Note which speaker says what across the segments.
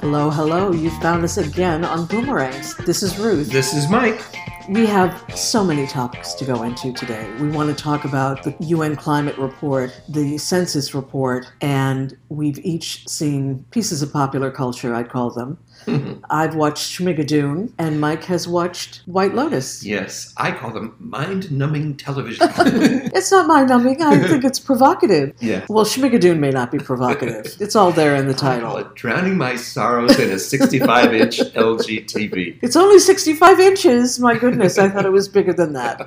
Speaker 1: Hello, hello. You found us again on Boomerangs. This is Ruth.
Speaker 2: This is Mike.
Speaker 1: We have so many topics to go into today. We want to talk about the UN climate report, the census report, and we've each seen pieces of popular culture, I'd call them. I've watched Schmigadoon, and Mike has watched White Lotus.
Speaker 2: Yes, I call them mind numbing television.
Speaker 1: It's not mind numbing, I think it's provocative.
Speaker 2: yeah.
Speaker 1: Well, Schmigadoon may not be provocative, it's all there in the
Speaker 2: I call
Speaker 1: title.
Speaker 2: it Drowning My Sorrows in a 65 inch LG TV.
Speaker 1: It's only 65 inches. My goodness, I thought it was bigger than that.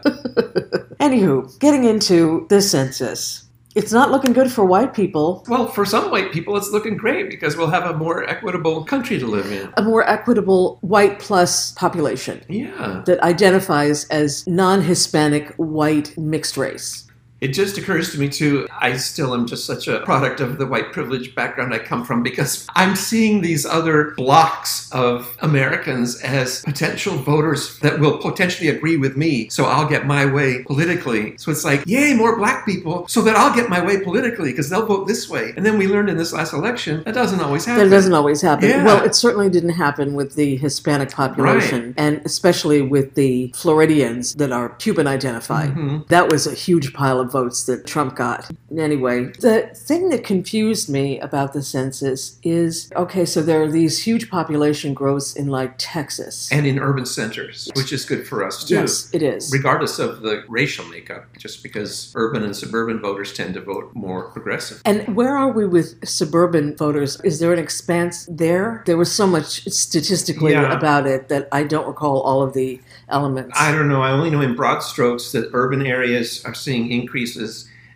Speaker 1: Anywho, getting into this census, it's not looking good for white people.
Speaker 2: Well, for some white people, it's looking great because we'll have a more equitable country to live in.
Speaker 1: A more equitable white plus population
Speaker 2: Yeah.
Speaker 1: that identifies as non Hispanic white mixed race.
Speaker 2: It just occurs to me, too, I still am just such a product of the white privilege background I come from because I'm seeing these other blocks of Americans as potential voters that will potentially agree with me, so I'll get my way politically. So it's like, yay, more black people, so that I'll get my way politically because they'll vote this way. And then we learned in this last election that doesn't always happen.
Speaker 1: That doesn't always happen.
Speaker 2: Yeah.
Speaker 1: Well, it certainly didn't happen with the Hispanic population, and especially with the Floridians that are Cuban identified.
Speaker 2: Mhm.
Speaker 1: That was a huge pile of votes that Trump got. Anyway, the thing that confused me about the census is okay, so there are these huge population growths in like Texas.
Speaker 2: And in urban centers, which is good for us, too.
Speaker 1: yes, it is.
Speaker 2: Regardless of the racial makeup, just because urban and suburban voters tend to vote more progressive.
Speaker 1: And where are we with suburban voters? Is there an expanse there? There was so much statistically
Speaker 2: Yeah.
Speaker 1: about it that I don't recall all of the elements.
Speaker 2: I don't know. I only know in broad strokes that urban areas are seeing increases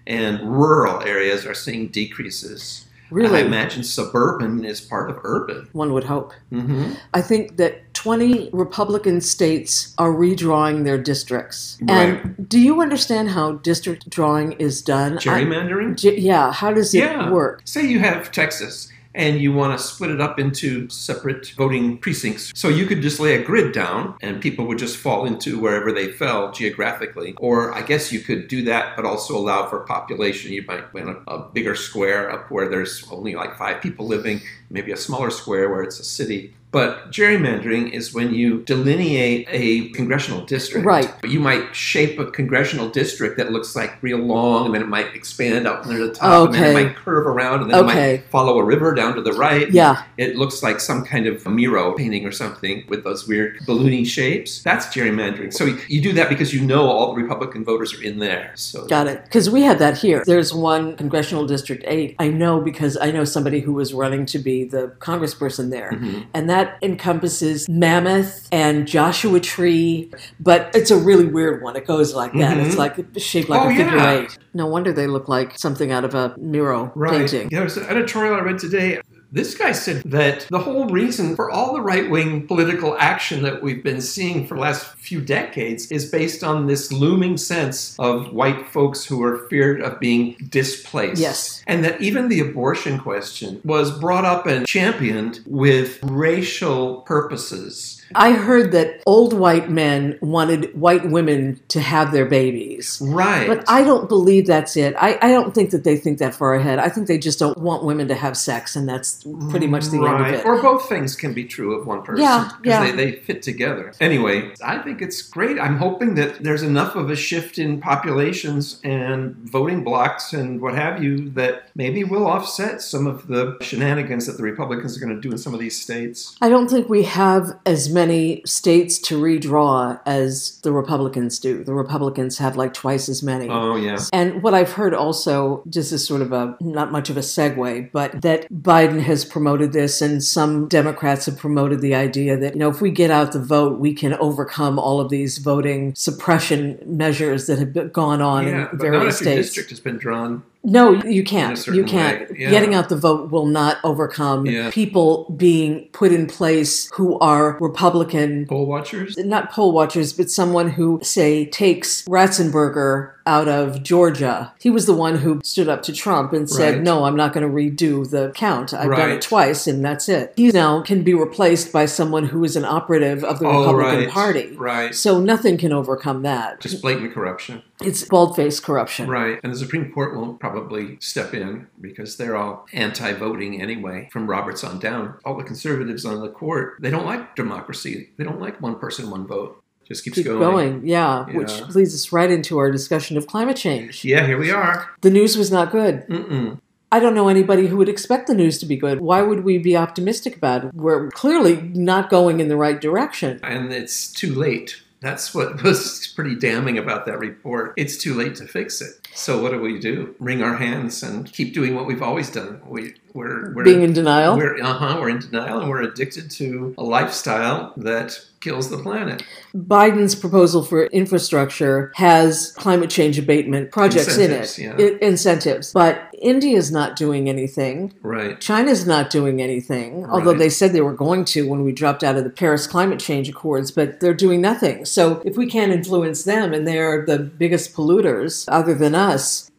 Speaker 2: and rural areas are seeing decreases.
Speaker 1: really?
Speaker 2: I imagine suburban is part of urban.
Speaker 1: one would hope.
Speaker 2: hmm
Speaker 1: I think that 20 Republican states are redrawing their districts. And do you understand how district drawing is done? I-
Speaker 2: Gerrymandering?
Speaker 1: ge- yeah, how does it
Speaker 2: Yeah.
Speaker 1: work?
Speaker 2: Say you have Texas and you want to split it up into separate voting precincts. So you could just lay a grid down and people would just fall into wherever they fell geographically. Or I guess you could do that, but also allow for population. You might win a, a bigger square up where there's only like five people living, maybe a smaller square where it's a city. But gerrymandering is when you delineate a congressional district.
Speaker 1: Right.
Speaker 2: But you might shape a congressional district that looks like real long, and then it might expand up near the top top, and then
Speaker 1: Okay.
Speaker 2: it might curve around, and then it
Speaker 1: Okay.
Speaker 2: might follow a river down to the right.
Speaker 1: Yeah,
Speaker 2: It looks like some kind of Miro painting or something with those weird balloony shapes. That's gerrymandering. So you, you do that because you know all the Republican voters are in there. So
Speaker 1: got it. Because we had that here. There's one congressional district 8. I know because I know somebody who was running to be the congressperson there.
Speaker 2: Mhm.
Speaker 1: And that encompasses Mammoth and Joshua Tree, but it's a really weird one. It goes like that.
Speaker 2: Mhm.
Speaker 1: It's like shaped like
Speaker 2: Oh,
Speaker 1: a figure
Speaker 2: yeah.
Speaker 1: eight. No wonder they look like something out of a Miro painting.
Speaker 2: There was an editorial I read today. This guy said that the whole reason for all the right wing political action that we've been seeing for the last few decades is based on this looming sense of white folks who are feared of being displaced.
Speaker 1: Yes.
Speaker 2: And that even the abortion question was brought up and championed with racial purposes.
Speaker 1: I heard that old white men wanted white women to have their babies.
Speaker 2: Right.
Speaker 1: But I don't believe that's it. I, I don't think that they think that far ahead. I think they just don't want women to have sex, and that's pretty much the end
Speaker 2: right.
Speaker 1: of it.
Speaker 2: Or both things can be true of one person.
Speaker 1: Yeah,
Speaker 2: 'cause
Speaker 1: yeah.
Speaker 2: They, they fit together. Anyway, I think it's great. I'm hoping that there's enough of a shift in populations and voting blocks and what have you that maybe we'll offset some of the shenanigans that the Republicans are going to do in some of these states.
Speaker 1: I don't think we have as many states to redraw as the Republicans do. The Republicans have like twice as many.
Speaker 2: Oh, yeah.
Speaker 1: And what I've heard also, just as sort of a not much of a segue, but that Biden has promoted this, and some Democrats have promoted the idea that, you know, if we get out the vote, we can overcome all of these voting suppression measures that have been- gone on
Speaker 2: Yeah,
Speaker 1: in
Speaker 2: but not
Speaker 1: various
Speaker 2: if your
Speaker 1: states.
Speaker 2: district has been drawn.
Speaker 1: No, you
Speaker 2: In a
Speaker 1: can't.
Speaker 2: certain
Speaker 1: You can't.
Speaker 2: way, yeah.
Speaker 1: Getting out the vote will not overcome
Speaker 2: Yeah.
Speaker 1: people being put in place who are Republican
Speaker 2: Poll watchers?
Speaker 1: not poll watchers, but someone who, say, takes Ratzenberger out of Georgia. He was the one who stood up to Trump and said,
Speaker 2: Right.
Speaker 1: No, I'm not going to redo the count. I've done
Speaker 2: Right.
Speaker 1: it twice and that's it. He now can be replaced by someone who is an operative of the
Speaker 2: oh,
Speaker 1: Republican
Speaker 2: right.
Speaker 1: Party.
Speaker 2: Right.
Speaker 1: So nothing can overcome that.
Speaker 2: Just blatant corruption.
Speaker 1: It's bald faced corruption.
Speaker 2: Right. And the Supreme Court won't probably step in because they're all anti voting anyway, from Roberts on down. All the conservatives on the court, they don't like democracy. They don't like one person, one vote. Just keeps
Speaker 1: Keep
Speaker 2: going.
Speaker 1: going. Yeah, which
Speaker 2: Yeah.
Speaker 1: leads us right into our discussion of climate change.
Speaker 2: Yeah, here we are.
Speaker 1: The news was not good.
Speaker 2: Mm-mm.
Speaker 1: I don't know anybody who would expect the news to be good. Why would we be optimistic about it? We're clearly not going in the right direction.
Speaker 2: And it's too late. That's what was pretty damning about that report. It's too late to fix it. So what do we do? Wring our hands and keep doing what we've always done. We, we're, we're
Speaker 1: Being in denial.
Speaker 2: We're uh huh. We're in denial, and we're addicted to a lifestyle that kills the planet.
Speaker 1: Biden's proposal for infrastructure has climate change abatement projects
Speaker 2: Incentives,
Speaker 1: in
Speaker 2: yeah.
Speaker 1: it. it, incentives. But India's not doing anything.
Speaker 2: Right.
Speaker 1: China's not doing anything, although
Speaker 2: Right.
Speaker 1: they said they were going to when we dropped out of the Paris Climate Change Accords, but they're doing nothing. So if we can't influence them and they're the biggest polluters other than us,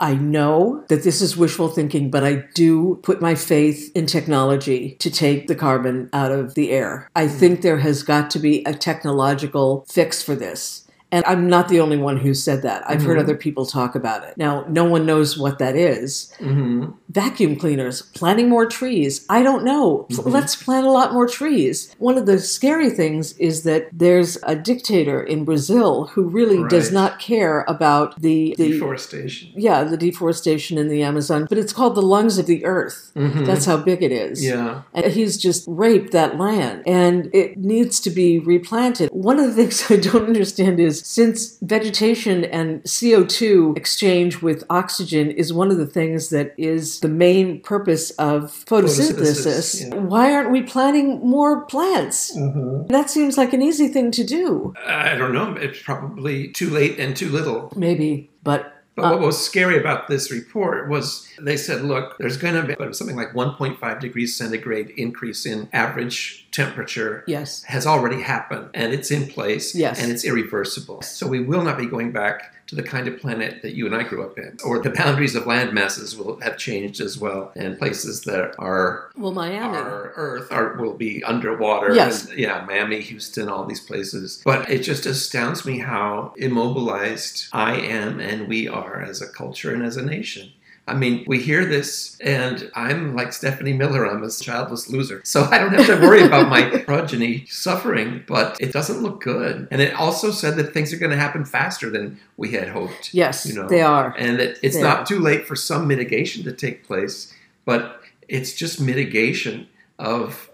Speaker 1: I know that this is wishful thinking, but I do put my faith in technology to take the carbon out of the air. I think there has got to be a technological fix for this. And I'm not the only one who said that. I've heard
Speaker 2: Mhm.
Speaker 1: other people talk about it. Now, no one knows what that is,
Speaker 2: hmm
Speaker 1: vacuum cleaners, planting more trees. I don't know. Pl-
Speaker 2: Mm-hmm.
Speaker 1: Let's plant a lot more trees. One of the scary things is that there's a dictator in Brazil who really does
Speaker 2: Right.
Speaker 1: not care about the, the
Speaker 2: Deforestation.
Speaker 1: yeah, the deforestation in the Amazon, but it's called the lungs of the earth.
Speaker 2: Mhm.
Speaker 1: That's how big it is.
Speaker 2: yeah.
Speaker 1: And he's just raped that land and it needs to be replanted. One of the things I don't understand is since vegetation and CO2 exchange with oxygen is one of the things that is the main purpose of photosynthesis,
Speaker 2: Photosynthesis, yeah.
Speaker 1: why aren't we planting more plants? That seems like an easy thing to do.
Speaker 2: I don't know. It's probably too late and too little.
Speaker 1: Maybe, but
Speaker 2: But what was scary about this report was they said, look, there's going to be something like 1.5 degrees centigrade increase in average temperature
Speaker 1: yes.
Speaker 2: has already happened and it's in place
Speaker 1: Yes.
Speaker 2: and it's irreversible. So we will not be going back to the kind of planet that you and I grew up in, or the boundaries of land masses will have changed as well, and places that are.
Speaker 1: Well, Miami.
Speaker 2: Our Earth are, will be underwater.
Speaker 1: Yes.
Speaker 2: and, yeah, Miami, Houston, all these places. But it just astounds me how immobilized I am and we are as a culture and as a nation. I mean, we hear this, and I'm like Stephanie Miller. I'm a childless loser. So I don't have to worry about my progeny suffering, but it doesn't look good. And it also said that things are going to happen faster than we had hoped.
Speaker 1: yes,
Speaker 2: you know,
Speaker 1: they are.
Speaker 2: And that it's
Speaker 1: Yeah.
Speaker 2: not too late for some mitigation to take place, but it's just mitigation of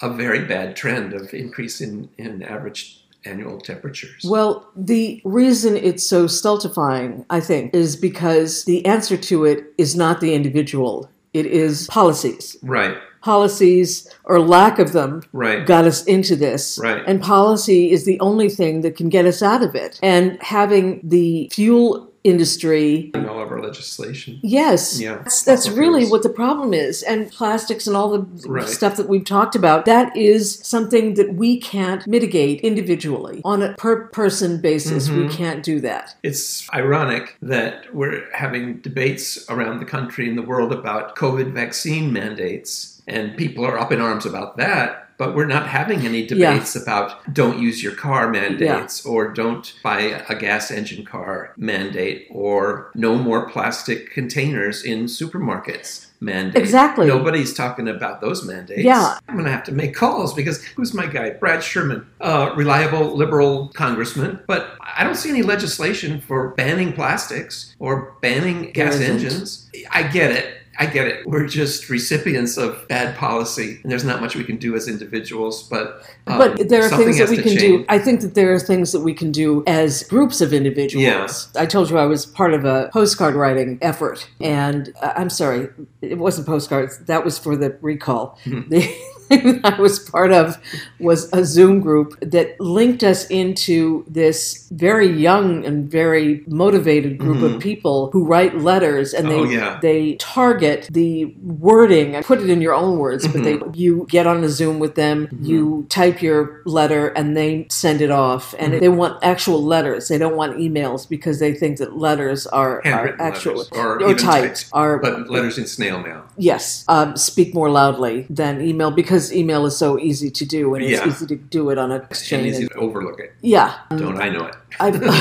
Speaker 2: a very bad trend of increase in, in average annual temperatures.
Speaker 1: Well, the reason it's so stultifying, I think, is because the answer to it is not the individual. It is policies.
Speaker 2: Right,
Speaker 1: Policies or lack of them
Speaker 2: right.
Speaker 1: got us into this.
Speaker 2: Right.
Speaker 1: And policy is the only thing that can get us out of it. And having the fuel industry
Speaker 2: And all of our legislation.
Speaker 1: Yes.
Speaker 2: Yeah.
Speaker 1: That's, that's
Speaker 2: Fossil
Speaker 1: really
Speaker 2: fuels.
Speaker 1: what the problem is. And plastics and all the
Speaker 2: Right.
Speaker 1: stuff that we've talked about, that is something that we can't mitigate individually on a per person basis. We
Speaker 2: Mhm.
Speaker 1: can't do that.
Speaker 2: It's ironic that we're having debates around the country and the world about COVID vaccine mandates, and people are up in arms about that. But we're not having any debates about don't use your car mandates or don't buy a gas engine car mandate or no more plastic containers in supermarkets mandate.
Speaker 1: Exactly.
Speaker 2: Nobody's talking about those mandates.
Speaker 1: Yeah.
Speaker 2: I'm going to have to make calls because who's my guy? Brad Sherman, a reliable liberal congressman. But I don't see any legislation for banning plastics or banning gas
Speaker 1: isn't.
Speaker 2: engines. I get it. I get it. We're just recipients of bad policy, and there's not much we can do as individuals. But um,
Speaker 1: but there are
Speaker 2: something
Speaker 1: things that
Speaker 2: has
Speaker 1: we
Speaker 2: to
Speaker 1: can do.
Speaker 2: change.
Speaker 1: I think that there are things that we can do as groups of individuals.
Speaker 2: Yeah.
Speaker 1: I told you I was part of a postcard writing effort. And uh, I'm sorry, it wasn't postcards. That was for the recall.
Speaker 2: Mhm.
Speaker 1: The- I was part of was a Zoom group that linked us into this very young and very motivated group of people who write letters and they
Speaker 2: Mm-hmm. Oh, yeah.
Speaker 1: they target the wording and put it in your own words,
Speaker 2: Mm-hmm.
Speaker 1: but they you get on a Zoom with them, you type your letter and they send it off
Speaker 2: Mm-hmm.
Speaker 1: and they want actual letters. They don't want emails because they think that letters are, are
Speaker 2: Handwritten
Speaker 1: actual
Speaker 2: letters, or even typed,
Speaker 1: are
Speaker 2: But letters in snail mail.
Speaker 1: Yes, um, speak more loudly than email because email is so easy to do and
Speaker 2: Yeah.
Speaker 1: it's easy to do it on a
Speaker 2: And
Speaker 1: chain.
Speaker 2: easy
Speaker 1: And,
Speaker 2: to overlook it.
Speaker 1: yeah, Um,
Speaker 2: Don't I know it?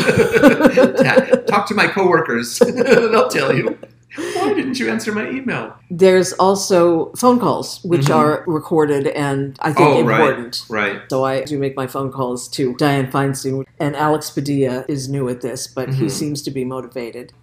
Speaker 1: I've,
Speaker 2: Ta- Talk to my coworkers. They'll tell you. Why didn't you answer my email?
Speaker 1: there's also phone calls which
Speaker 2: Mhm.
Speaker 1: are recorded and I think
Speaker 2: Oh, right.
Speaker 1: important.
Speaker 2: Right.
Speaker 1: So I do make my phone calls to Diane Feinstein and Alex Padilla is new at this, but he
Speaker 2: Mhm.
Speaker 1: seems to be motivated.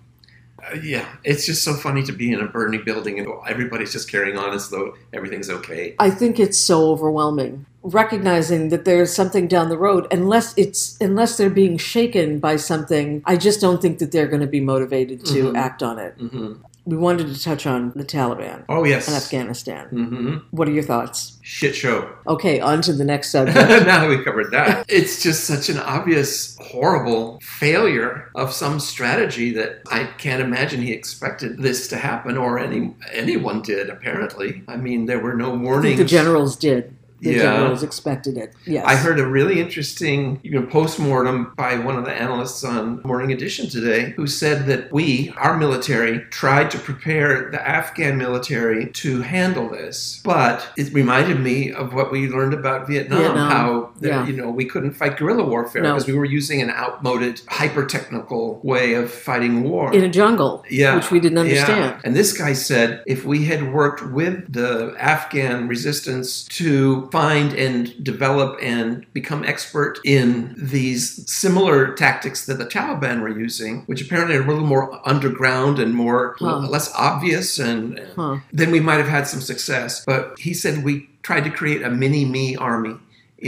Speaker 2: Uh, yeah. It's just so funny to be in a burning building and everybody's just carrying on as though everything's okay.
Speaker 1: I think it's so overwhelming. Recognizing that there's something down the road, unless it's unless they're being shaken by something, I just don't think that they're going to be motivated to
Speaker 2: Mhm.
Speaker 1: act on it.
Speaker 2: hmm
Speaker 1: We wanted to touch on the Taliban
Speaker 2: Oh, yes.
Speaker 1: and Afghanistan.
Speaker 2: hmm
Speaker 1: What are your thoughts?
Speaker 2: Shit show.
Speaker 1: Okay, on to the next subject.
Speaker 2: now that we covered that, it's just such an obvious, horrible failure of some strategy that I can't imagine he expected this to happen, or any anyone did. Apparently, I mean, there were no
Speaker 1: I think
Speaker 2: warnings.
Speaker 1: the generals did. The
Speaker 2: Yeah.
Speaker 1: generals expected it. Yes.
Speaker 2: I heard a really interesting you know, postmortem by one of the analysts on Morning Edition today who said that we, our military, tried to prepare the Afghan military to handle this. But it reminded me of what we learned about Vietnam,
Speaker 1: Vietnam,
Speaker 2: how that,
Speaker 1: yeah.
Speaker 2: you know we couldn't fight guerrilla warfare
Speaker 1: No.
Speaker 2: because we were using an outmoded, hyper-technical way of fighting war.
Speaker 1: in a jungle,
Speaker 2: Yeah.
Speaker 1: which we didn't understand.
Speaker 2: Yeah. And this guy said if we had worked with the Afghan resistance to find and develop and become expert in these similar tactics that the Taliban were using, which apparently are a little more underground and more
Speaker 1: Huh.
Speaker 2: less obvious and, and
Speaker 1: Huh.
Speaker 2: then we might have had some success. But he said we tried to create a mini me army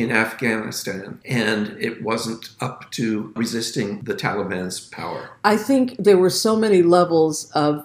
Speaker 2: in Afghanistan and it wasn't up to resisting the Taliban's power.
Speaker 1: I think there were so many levels of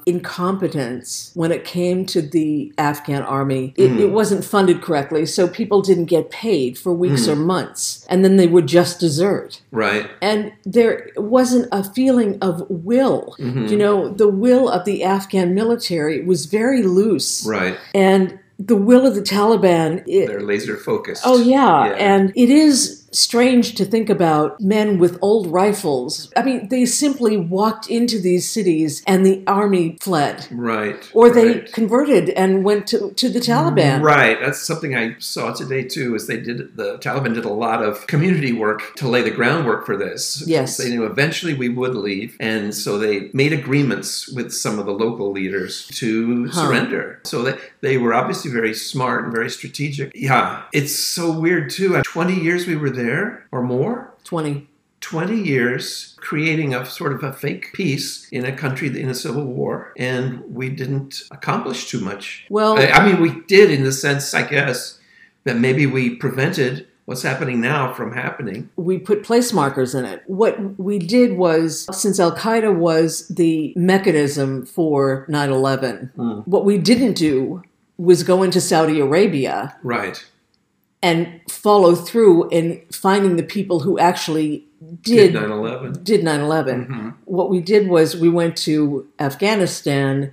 Speaker 1: incompetence when it came to the Afghan army. It,
Speaker 2: Mm.
Speaker 1: it wasn't funded correctly, so people didn't get paid for weeks
Speaker 2: Mm.
Speaker 1: or months, and then they would just desert.
Speaker 2: Right.
Speaker 1: And there wasn't a feeling of will.
Speaker 2: Mhm.
Speaker 1: You know, the will of the Afghan military was very loose,
Speaker 2: Right.
Speaker 1: and the will of the Taliban. It,
Speaker 2: They're laser focused.
Speaker 1: Oh yeah.
Speaker 2: Yeah.
Speaker 1: and it is strange to think about men with old rifles. I mean, they simply walked into these cities and the army fled,
Speaker 2: Right.
Speaker 1: or they
Speaker 2: right.
Speaker 1: converted and went to, to the Taliban.
Speaker 2: Right. That's something I saw today too. Is they did the Taliban did a lot of community work to lay the groundwork for this.
Speaker 1: Yes.
Speaker 2: They knew eventually we would leave, and so they made agreements with some of the local leaders to
Speaker 1: Huh.
Speaker 2: surrender. So that they were obviously very smart and very strategic. Yeah. It's so weird too. Uh, Twenty years we were there or more.
Speaker 1: Twenty.
Speaker 2: 20 years creating a sort of a fake peace in a country in a civil war, and we didn't accomplish too much.
Speaker 1: Well-
Speaker 2: I, I mean, we did in the sense, I guess, that maybe we prevented what's happening now from happening.
Speaker 1: We put place markers in it. What we did was, since Al Qaeda was the mechanism for 9 11,
Speaker 2: Mm.
Speaker 1: what we didn't do was go into Saudi Arabia
Speaker 2: Right.
Speaker 1: and follow through in finding the people who actually
Speaker 2: Did
Speaker 1: did
Speaker 2: 9 11.
Speaker 1: did 9 11. What we did was we went to Afghanistan,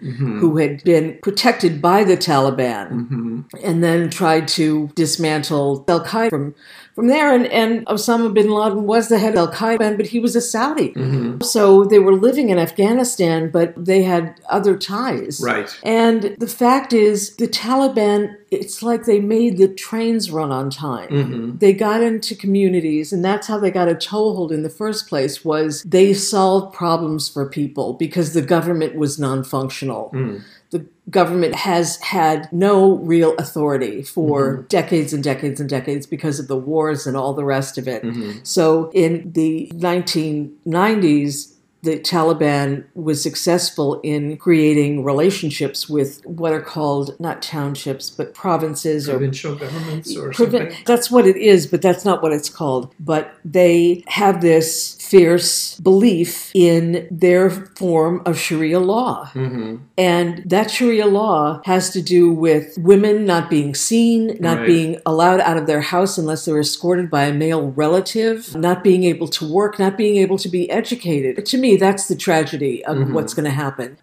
Speaker 1: who had been protected by the Taliban,
Speaker 2: Mm-hmm.
Speaker 1: and then tried to dismantle Al Qaeda from, from there. And, and Osama bin Laden was the head of Al Qaeda, but he was a Saudi.
Speaker 2: Mm-hmm.
Speaker 1: So they were living in Afghanistan, but they had other ties.
Speaker 2: Right.
Speaker 1: And the fact is, the Taliban, it's like they made the trains run on time.
Speaker 2: Mhm.
Speaker 1: They got into communities, and that's how they got a toehold in the first place. Was they solved problems for people because the government was non-functional. The government has had no real authority for decades and decades and decades because of the
Speaker 2: Hmm. Mm-hmm.
Speaker 1: wars and all the rest of it. So in the 1990s, the Taliban was successful in creating relationships with what are called not townships but provinces or
Speaker 2: provincial governments or
Speaker 1: Prevent-
Speaker 2: something.
Speaker 1: That's what it is, but that's not what it's called. But they have this fierce belief in their form of Sharia law.
Speaker 2: hmm
Speaker 1: And that Sharia law has to do with women not being seen, not
Speaker 2: Right.
Speaker 1: being allowed out of their house unless they're escorted by a male relative, not being able to work, not being able to be educated. To me, that's the tragedy of
Speaker 2: Mhm.
Speaker 1: what's going to happen.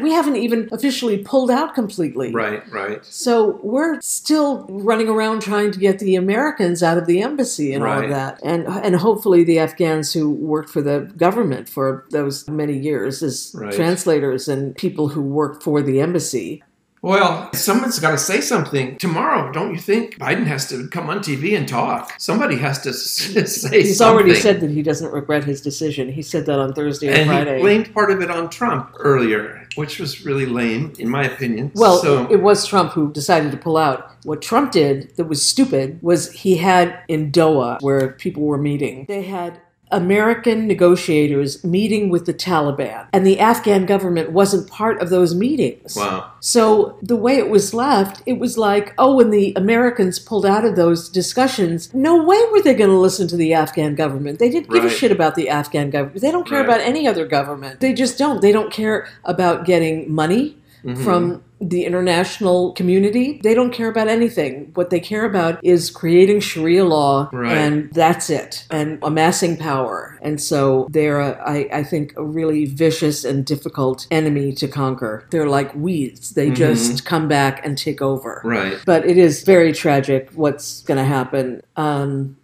Speaker 1: We haven't even officially pulled out completely.
Speaker 2: Right, right.
Speaker 1: So we're still running around trying to get the Americans out of the embassy and all
Speaker 2: Right.
Speaker 1: of that, and and hopefully the Afghans who worked for the government for those many years as
Speaker 2: Right.
Speaker 1: translators and people who worked for the embassy.
Speaker 2: Well, someone's got to say something tomorrow, don't you think? Biden has to come on TV and talk. Somebody has to s- say
Speaker 1: He's
Speaker 2: something.
Speaker 1: already said that he doesn't regret his decision. He said that on Thursday or
Speaker 2: and
Speaker 1: Friday.
Speaker 2: he blamed part of it on Trump earlier, which was really lame, in my opinion.
Speaker 1: Well,
Speaker 2: so,
Speaker 1: it was Trump who decided to pull out. What Trump did that was stupid was he had in Doha, where people were meeting, they had American negotiators meeting with the Taliban, and the Afghan government wasn't part of those meetings.
Speaker 2: wow.
Speaker 1: So the way it was left, it was like, oh, when the Americans pulled out of those discussions, no way were they going to listen to the Afghan government. They didn't give
Speaker 2: Right.
Speaker 1: a shit about the Afghan government. They don't care
Speaker 2: Right.
Speaker 1: about any other government. They just don't. They don't care about getting money
Speaker 2: Mhm.
Speaker 1: from the international community. They don't care about anything. What they care about is creating Sharia law,
Speaker 2: Right.
Speaker 1: and that's it, and amassing power. And so they're, a, I, I think, a really vicious and difficult enemy to conquer. They're like weeds, they just come back and take over.
Speaker 2: Mm-hmm. Right.
Speaker 1: But it is very tragic what's going to happen. Um,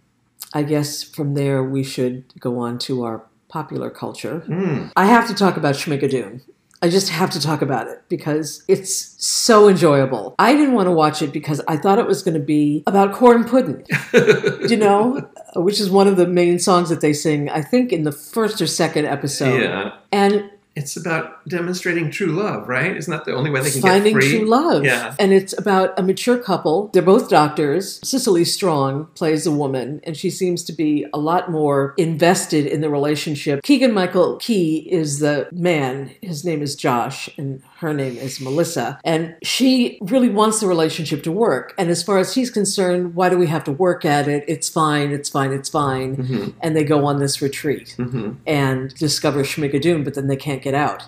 Speaker 1: I guess from there we should go on to our popular culture.
Speaker 2: Hmm.
Speaker 1: I have to talk about Schmigadoon. I just have to talk about it because it's so enjoyable. I didn't want to watch it because I thought it was going to be about corn pudding, you know, which is one of the main songs that they sing, I think, in the first or second episode.
Speaker 2: yeah.
Speaker 1: And
Speaker 2: It's about demonstrating true love, right? Isn't that the only way they can
Speaker 1: finding
Speaker 2: get free?
Speaker 1: true love.
Speaker 2: Yeah.
Speaker 1: And it's about a mature couple. They're both doctors. Cicely Strong plays a woman, and she seems to be a lot more invested in the relationship. Keegan Michael Key is the man. His name is Josh, and her name is Melissa. And she really wants the relationship to work. And as far as he's concerned, why do we have to work at it? It's fine, it's fine, it's fine.
Speaker 2: Mhm.
Speaker 1: And they go on this retreat
Speaker 2: Mhm.
Speaker 1: and discover Schmigadoon, but then they can't get out.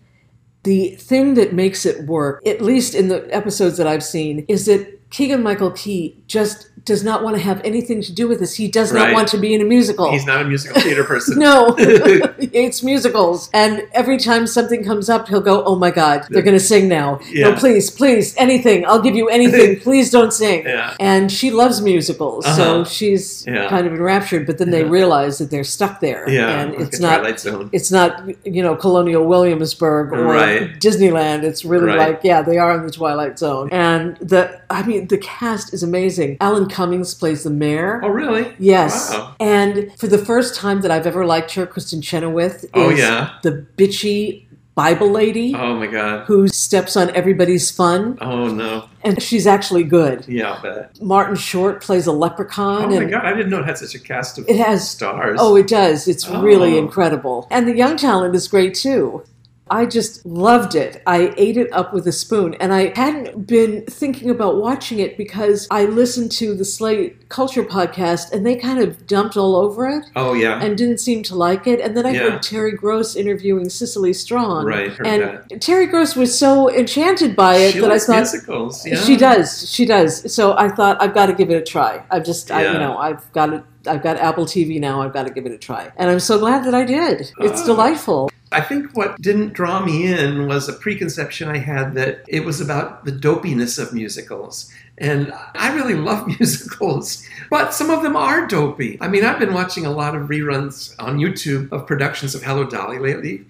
Speaker 1: The thing that makes it work, at least in the episodes that I've seen, is that Keegan Michael Key just does not want to have anything to do with this. He does
Speaker 2: Right.
Speaker 1: not want to be in a musical.
Speaker 2: He's not a musical theater person.
Speaker 1: no, he hates musicals. And every time something comes up, he'll go, Oh my God, they're going to sing now.
Speaker 2: Yeah.
Speaker 1: No, please, please, anything. I'll give you anything. Please don't sing.
Speaker 2: Yeah.
Speaker 1: And she loves musicals,
Speaker 2: Uh-huh.
Speaker 1: so she's
Speaker 2: Yeah.
Speaker 1: kind of enraptured. But then they
Speaker 2: Yeah.
Speaker 1: realize that they're stuck there,
Speaker 2: Yeah.
Speaker 1: and
Speaker 2: like
Speaker 1: it's
Speaker 2: the
Speaker 1: not
Speaker 2: Twilight Zone.
Speaker 1: it's not you know colonial williamsburg or
Speaker 2: Right.
Speaker 1: disneyland it's really
Speaker 2: Right.
Speaker 1: like yeah they are in the twilight zone and the i mean the cast is amazing alan cummings plays the mayor
Speaker 2: Oh, really?
Speaker 1: Yes.
Speaker 2: Wow.
Speaker 1: And for the first time that I've ever liked her, Kristen Chenoweth is
Speaker 2: Oh, yeah.
Speaker 1: the bitchy Bible lady
Speaker 2: Oh, my God.
Speaker 1: who steps on everybody's fun.
Speaker 2: Oh, no.
Speaker 1: And she's actually good.
Speaker 2: Yeah, I'll bet.
Speaker 1: Martin Short plays a leprechaun.
Speaker 2: Oh, my
Speaker 1: and
Speaker 2: God. I didn't know it had such a cast of
Speaker 1: It has
Speaker 2: stars.
Speaker 1: Oh, it does. It's really
Speaker 2: Oh.
Speaker 1: incredible. And the young talent is great too. I just loved it. I ate it up with a spoon. And I hadn't been thinking about watching it because I listened to the Slate Culture podcast and they kind of dumped all over it
Speaker 2: Oh, yeah.
Speaker 1: and didn't seem to like it. And then I
Speaker 2: Yeah.
Speaker 1: heard Terry Gross interviewing Cicely Strong.
Speaker 2: Right, heard
Speaker 1: And Terry Gross was so enchanted by it
Speaker 2: she
Speaker 1: that I
Speaker 2: likes
Speaker 1: thought.
Speaker 2: musicals. Yeah.
Speaker 1: She does. She does. So I thought I've got to give it a try. I've just, I,
Speaker 2: Yeah.
Speaker 1: you know, I've got it. I've got Apple TV now. I've got to give it a try, and I'm so glad that I did. It's
Speaker 2: Ah.
Speaker 1: delightful.
Speaker 2: I think what didn't draw me in was a preconception I had that it was about the dopiness of musicals. And I really love musicals, but some of them are dopey. I mean, I've been watching a lot of reruns on YouTube of productions of Hello Dolly lately.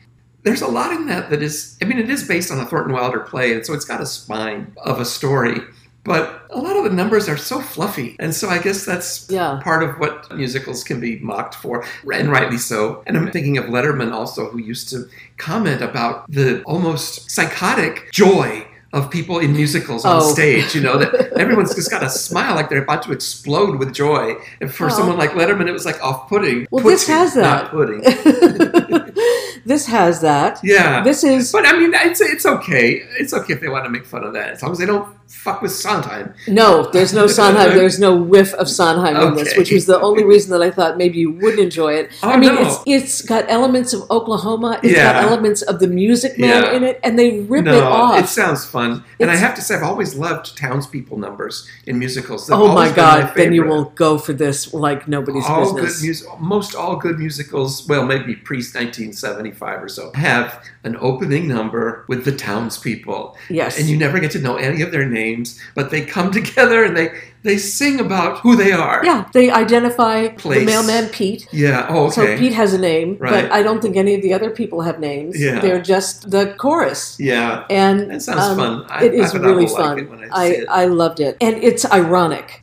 Speaker 2: There's a lot in that that is, I mean, it is based on a Thornton Wilder play, and so it's got a spine of a story. But a lot of the numbers are so fluffy. And so I guess that's
Speaker 1: Yeah.
Speaker 2: part of what musicals can be mocked for, and rightly so. And I'm thinking of Letterman also, who used to comment about the almost psychotic joy of people in musicals
Speaker 1: Oh.
Speaker 2: on stage. You know, that everyone's just got a smile like they're about to explode with joy. And for
Speaker 1: Oh.
Speaker 2: someone like Letterman, it was like off putting.
Speaker 1: Well, this has that.
Speaker 2: Not pudding.
Speaker 1: This has that.
Speaker 2: Yeah.
Speaker 1: This is
Speaker 2: But I mean, it's it's okay. It's okay if they want to make fun of that, as long as they don't fuck with Sondheim.
Speaker 1: no. There's no Sondheim. There's no whiff of Sondheim in this,
Speaker 2: Okay.
Speaker 1: which was the only reason that I thought maybe you would enjoy it.
Speaker 2: Oh,
Speaker 1: I mean,
Speaker 2: no.
Speaker 1: it's it's got elements of Oklahoma. It's got
Speaker 2: Yeah.
Speaker 1: elements of the Music Man
Speaker 2: Yeah.
Speaker 1: in it, and they rip
Speaker 2: no,
Speaker 1: it off.
Speaker 2: sounds fun, and I
Speaker 1: It's-
Speaker 2: have to say, I've always loved townspeople numbers in musicals. They've
Speaker 1: oh my
Speaker 2: always been
Speaker 1: God! then you
Speaker 2: favorite.
Speaker 1: will go for this like nobody's
Speaker 2: all
Speaker 1: business.
Speaker 2: good mus- most all good musicals, well, maybe pre 1975 or so, have an opening number with the townspeople,
Speaker 1: yes.
Speaker 2: and you never get to know any of their names, but they come together and they they sing about who they are.
Speaker 1: yeah, they identify the
Speaker 2: Place.
Speaker 1: mailman Pete.
Speaker 2: Yeah. Oh, okay.
Speaker 1: So Pete has a name,
Speaker 2: Right.
Speaker 1: but I don't think any of the other people have names.
Speaker 2: Yeah.
Speaker 1: They're just the chorus.
Speaker 2: yeah.
Speaker 1: And
Speaker 2: That sounds
Speaker 1: um,
Speaker 2: fun. I,
Speaker 1: it is
Speaker 2: I bet I
Speaker 1: really
Speaker 2: will
Speaker 1: fun.
Speaker 2: Like it when I, see
Speaker 1: I,
Speaker 2: it.
Speaker 1: I loved it. And it's ironic.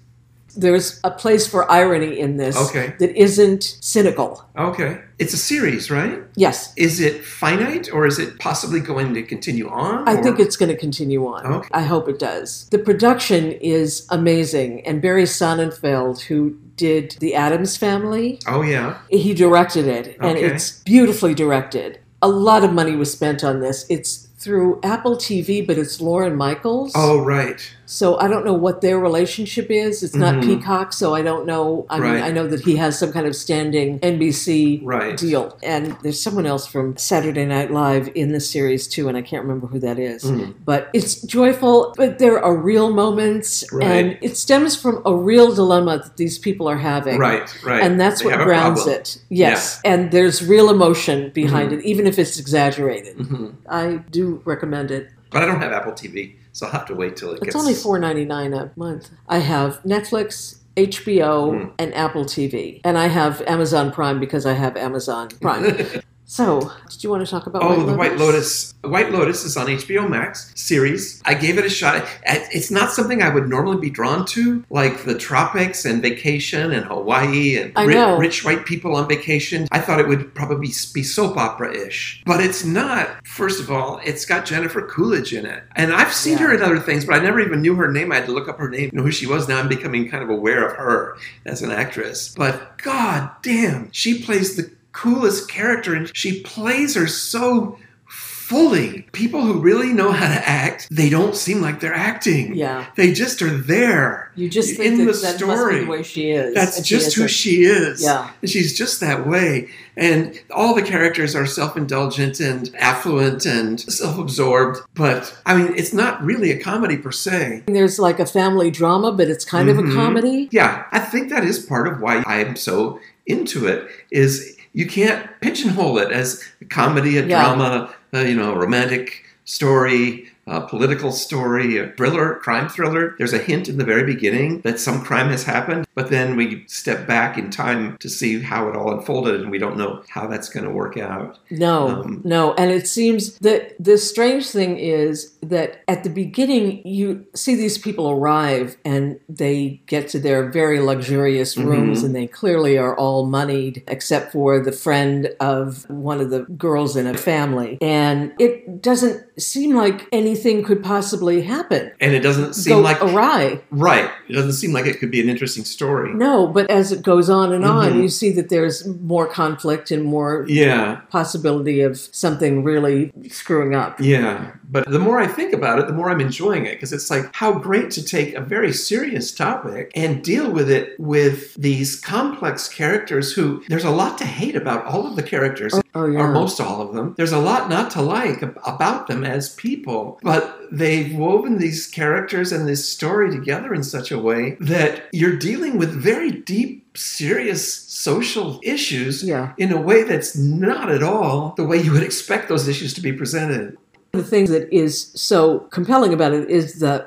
Speaker 1: There's a place for irony in this
Speaker 2: Okay.
Speaker 1: that isn't cynical.
Speaker 2: okay. It's a series, right?
Speaker 1: Yes.
Speaker 2: Is it finite or is it possibly going to continue on?
Speaker 1: I
Speaker 2: or-
Speaker 1: think it's going to continue on.
Speaker 2: Okay.
Speaker 1: I hope it does. The production is amazing. And Barry Sonnenfeld, who did The Adams Family,
Speaker 2: Oh, yeah.
Speaker 1: He directed it, and
Speaker 2: Okay.
Speaker 1: it's beautifully directed. A lot of money was spent on this. It's through Apple TV, but it's Lauren Michaels.
Speaker 2: Oh, right.
Speaker 1: So I don't know what their relationship is. It's not
Speaker 2: Mhm.
Speaker 1: Peacock, so I don't know. I mean,
Speaker 2: Right.
Speaker 1: I know that he has some kind of standing NBC
Speaker 2: Right.
Speaker 1: deal. And there's someone else from Saturday Night Live in this series too, and I can't remember who that is.
Speaker 2: Mm.
Speaker 1: But it's joyful, but there are real moments,
Speaker 2: Right.
Speaker 1: and it stems from a real dilemma that these people are having
Speaker 2: Right, right.
Speaker 1: and that's
Speaker 2: They
Speaker 1: what
Speaker 2: have a
Speaker 1: grounds
Speaker 2: problem. Mm-hmm.
Speaker 1: it. Yes, and there's real emotion behind it, even if it's exaggerated.
Speaker 2: Mhm.
Speaker 1: I do recommend it.
Speaker 2: But I don't have Apple TV, so I'll have to wait till it
Speaker 1: It's
Speaker 2: gets.
Speaker 1: only four ninety nine a month. I have Netflix. HBO
Speaker 2: Mm.
Speaker 1: and Apple TV. And I have Amazon Prime because I have Amazon Prime. so, did you want to talk about
Speaker 2: Oh,
Speaker 1: White
Speaker 2: the White Lotus. White Lotus is on HBO Max series. I gave it a shot. I- It's not something I would normally be drawn to, like the tropics and vacation and Hawaii and
Speaker 1: I
Speaker 2: ri-
Speaker 1: know.
Speaker 2: rich white people on vacation. I thought it would probably be soap opera ish, but it's not. First of all, it's got Jennifer Coolidge in it, and I've seen
Speaker 1: Yeah.
Speaker 2: her in other things, but I never even knew her name. I had to look up her name and who she was. Now I'm becoming kind of aware of her as an actress. But god damn, she plays the coolest character and she plays her so fully. People who really know how to act, they don't seem like they're acting.
Speaker 1: Yeah.
Speaker 2: They just are there.
Speaker 1: You just think that,
Speaker 2: In the
Speaker 1: that must be
Speaker 2: story.
Speaker 1: the way she is.
Speaker 2: That's
Speaker 1: and
Speaker 2: just who
Speaker 1: isn't.
Speaker 2: she is.
Speaker 1: Yeah.
Speaker 2: And She's just that way. And all the characters are self indulgent and affluent and self absorbed. But I mean, it's not really a comedy per se.
Speaker 1: There's like a family drama, but it's kind of a
Speaker 2: Mhm.
Speaker 1: comedy.
Speaker 2: Yeah, I think that is part of why I am so into it. Is you can't pigeonhole it as a comedy, a
Speaker 1: Yeah.
Speaker 2: drama, a, you know, a romantic story, a political story, a thriller, crime thriller. There's a hint in the very beginning that some crime has happened, but then we step back in time to see how it all unfolded, and we don't know how that's going to work out.
Speaker 1: No,
Speaker 2: Um,
Speaker 1: no. And it seems that the strange thing is that at the beginning, you see these people arrive and they get to their very luxurious rooms,
Speaker 2: Mhm.
Speaker 1: and they clearly are all moneyed, except for the friend of one of the girls in a family. And it doesn't seem like anything could possibly happen.
Speaker 2: And it doesn't seem
Speaker 1: Go
Speaker 2: like
Speaker 1: awry.
Speaker 2: right. It doesn't seem like it could be an interesting story.
Speaker 1: No, but as it goes on and on,
Speaker 2: Mhm.
Speaker 1: you see that there's more conflict and more
Speaker 2: Yeah,
Speaker 1: possibility of something really screwing up.
Speaker 2: Yeah, but the more I think about it, the more I'm enjoying it because it's like how great to take a very serious topic and deal with it with these complex characters who there's a lot to hate about all of the characters.
Speaker 1: Oh, yeah.
Speaker 2: Or most all of them. There's a lot not to like ab- about them as people, but they've woven these characters and this story together in such a way that you're dealing with very deep, serious social issues
Speaker 1: Yeah.
Speaker 2: in a way that's not at all the way you would expect those issues to be presented.
Speaker 1: The thing that is so compelling about it is the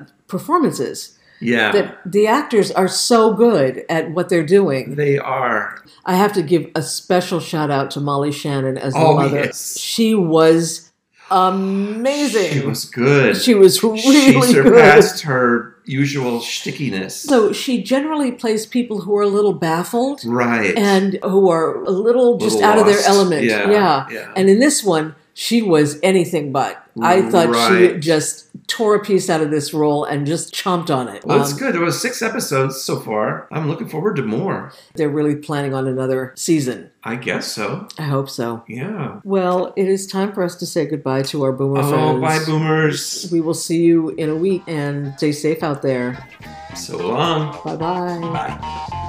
Speaker 1: performances.
Speaker 2: Yeah.
Speaker 1: That the actors are so good at what they're doing.
Speaker 2: they are.
Speaker 1: I have to give a special shout out to Molly Shannon as the
Speaker 2: Oh,
Speaker 1: mother.
Speaker 2: yes.
Speaker 1: She was amazing.
Speaker 2: She was good.
Speaker 1: She was
Speaker 2: She
Speaker 1: really good.
Speaker 2: surpassed her usual stickiness.
Speaker 1: So she generally plays people who are a little baffled
Speaker 2: right.
Speaker 1: and who are a little just
Speaker 2: Little
Speaker 1: out of their
Speaker 2: lost.
Speaker 1: element.
Speaker 2: Yeah.
Speaker 1: yeah. And in this one, she was anything but. I thought she
Speaker 2: Right.
Speaker 1: just tore a piece out of this roll and just chomped on it.
Speaker 2: Well, that's
Speaker 1: Um,
Speaker 2: good. There was six episodes so far. I'm looking forward to more.
Speaker 1: They're really planning on another season.
Speaker 2: I guess so.
Speaker 1: I hope so.
Speaker 2: Yeah.
Speaker 1: Well, it is time for us to say goodbye to our boomer
Speaker 2: Oh,
Speaker 1: friends.
Speaker 2: bye, boomers.
Speaker 1: We will see you in a week and stay safe out there.
Speaker 2: So long.
Speaker 1: Bye bye.
Speaker 2: Bye.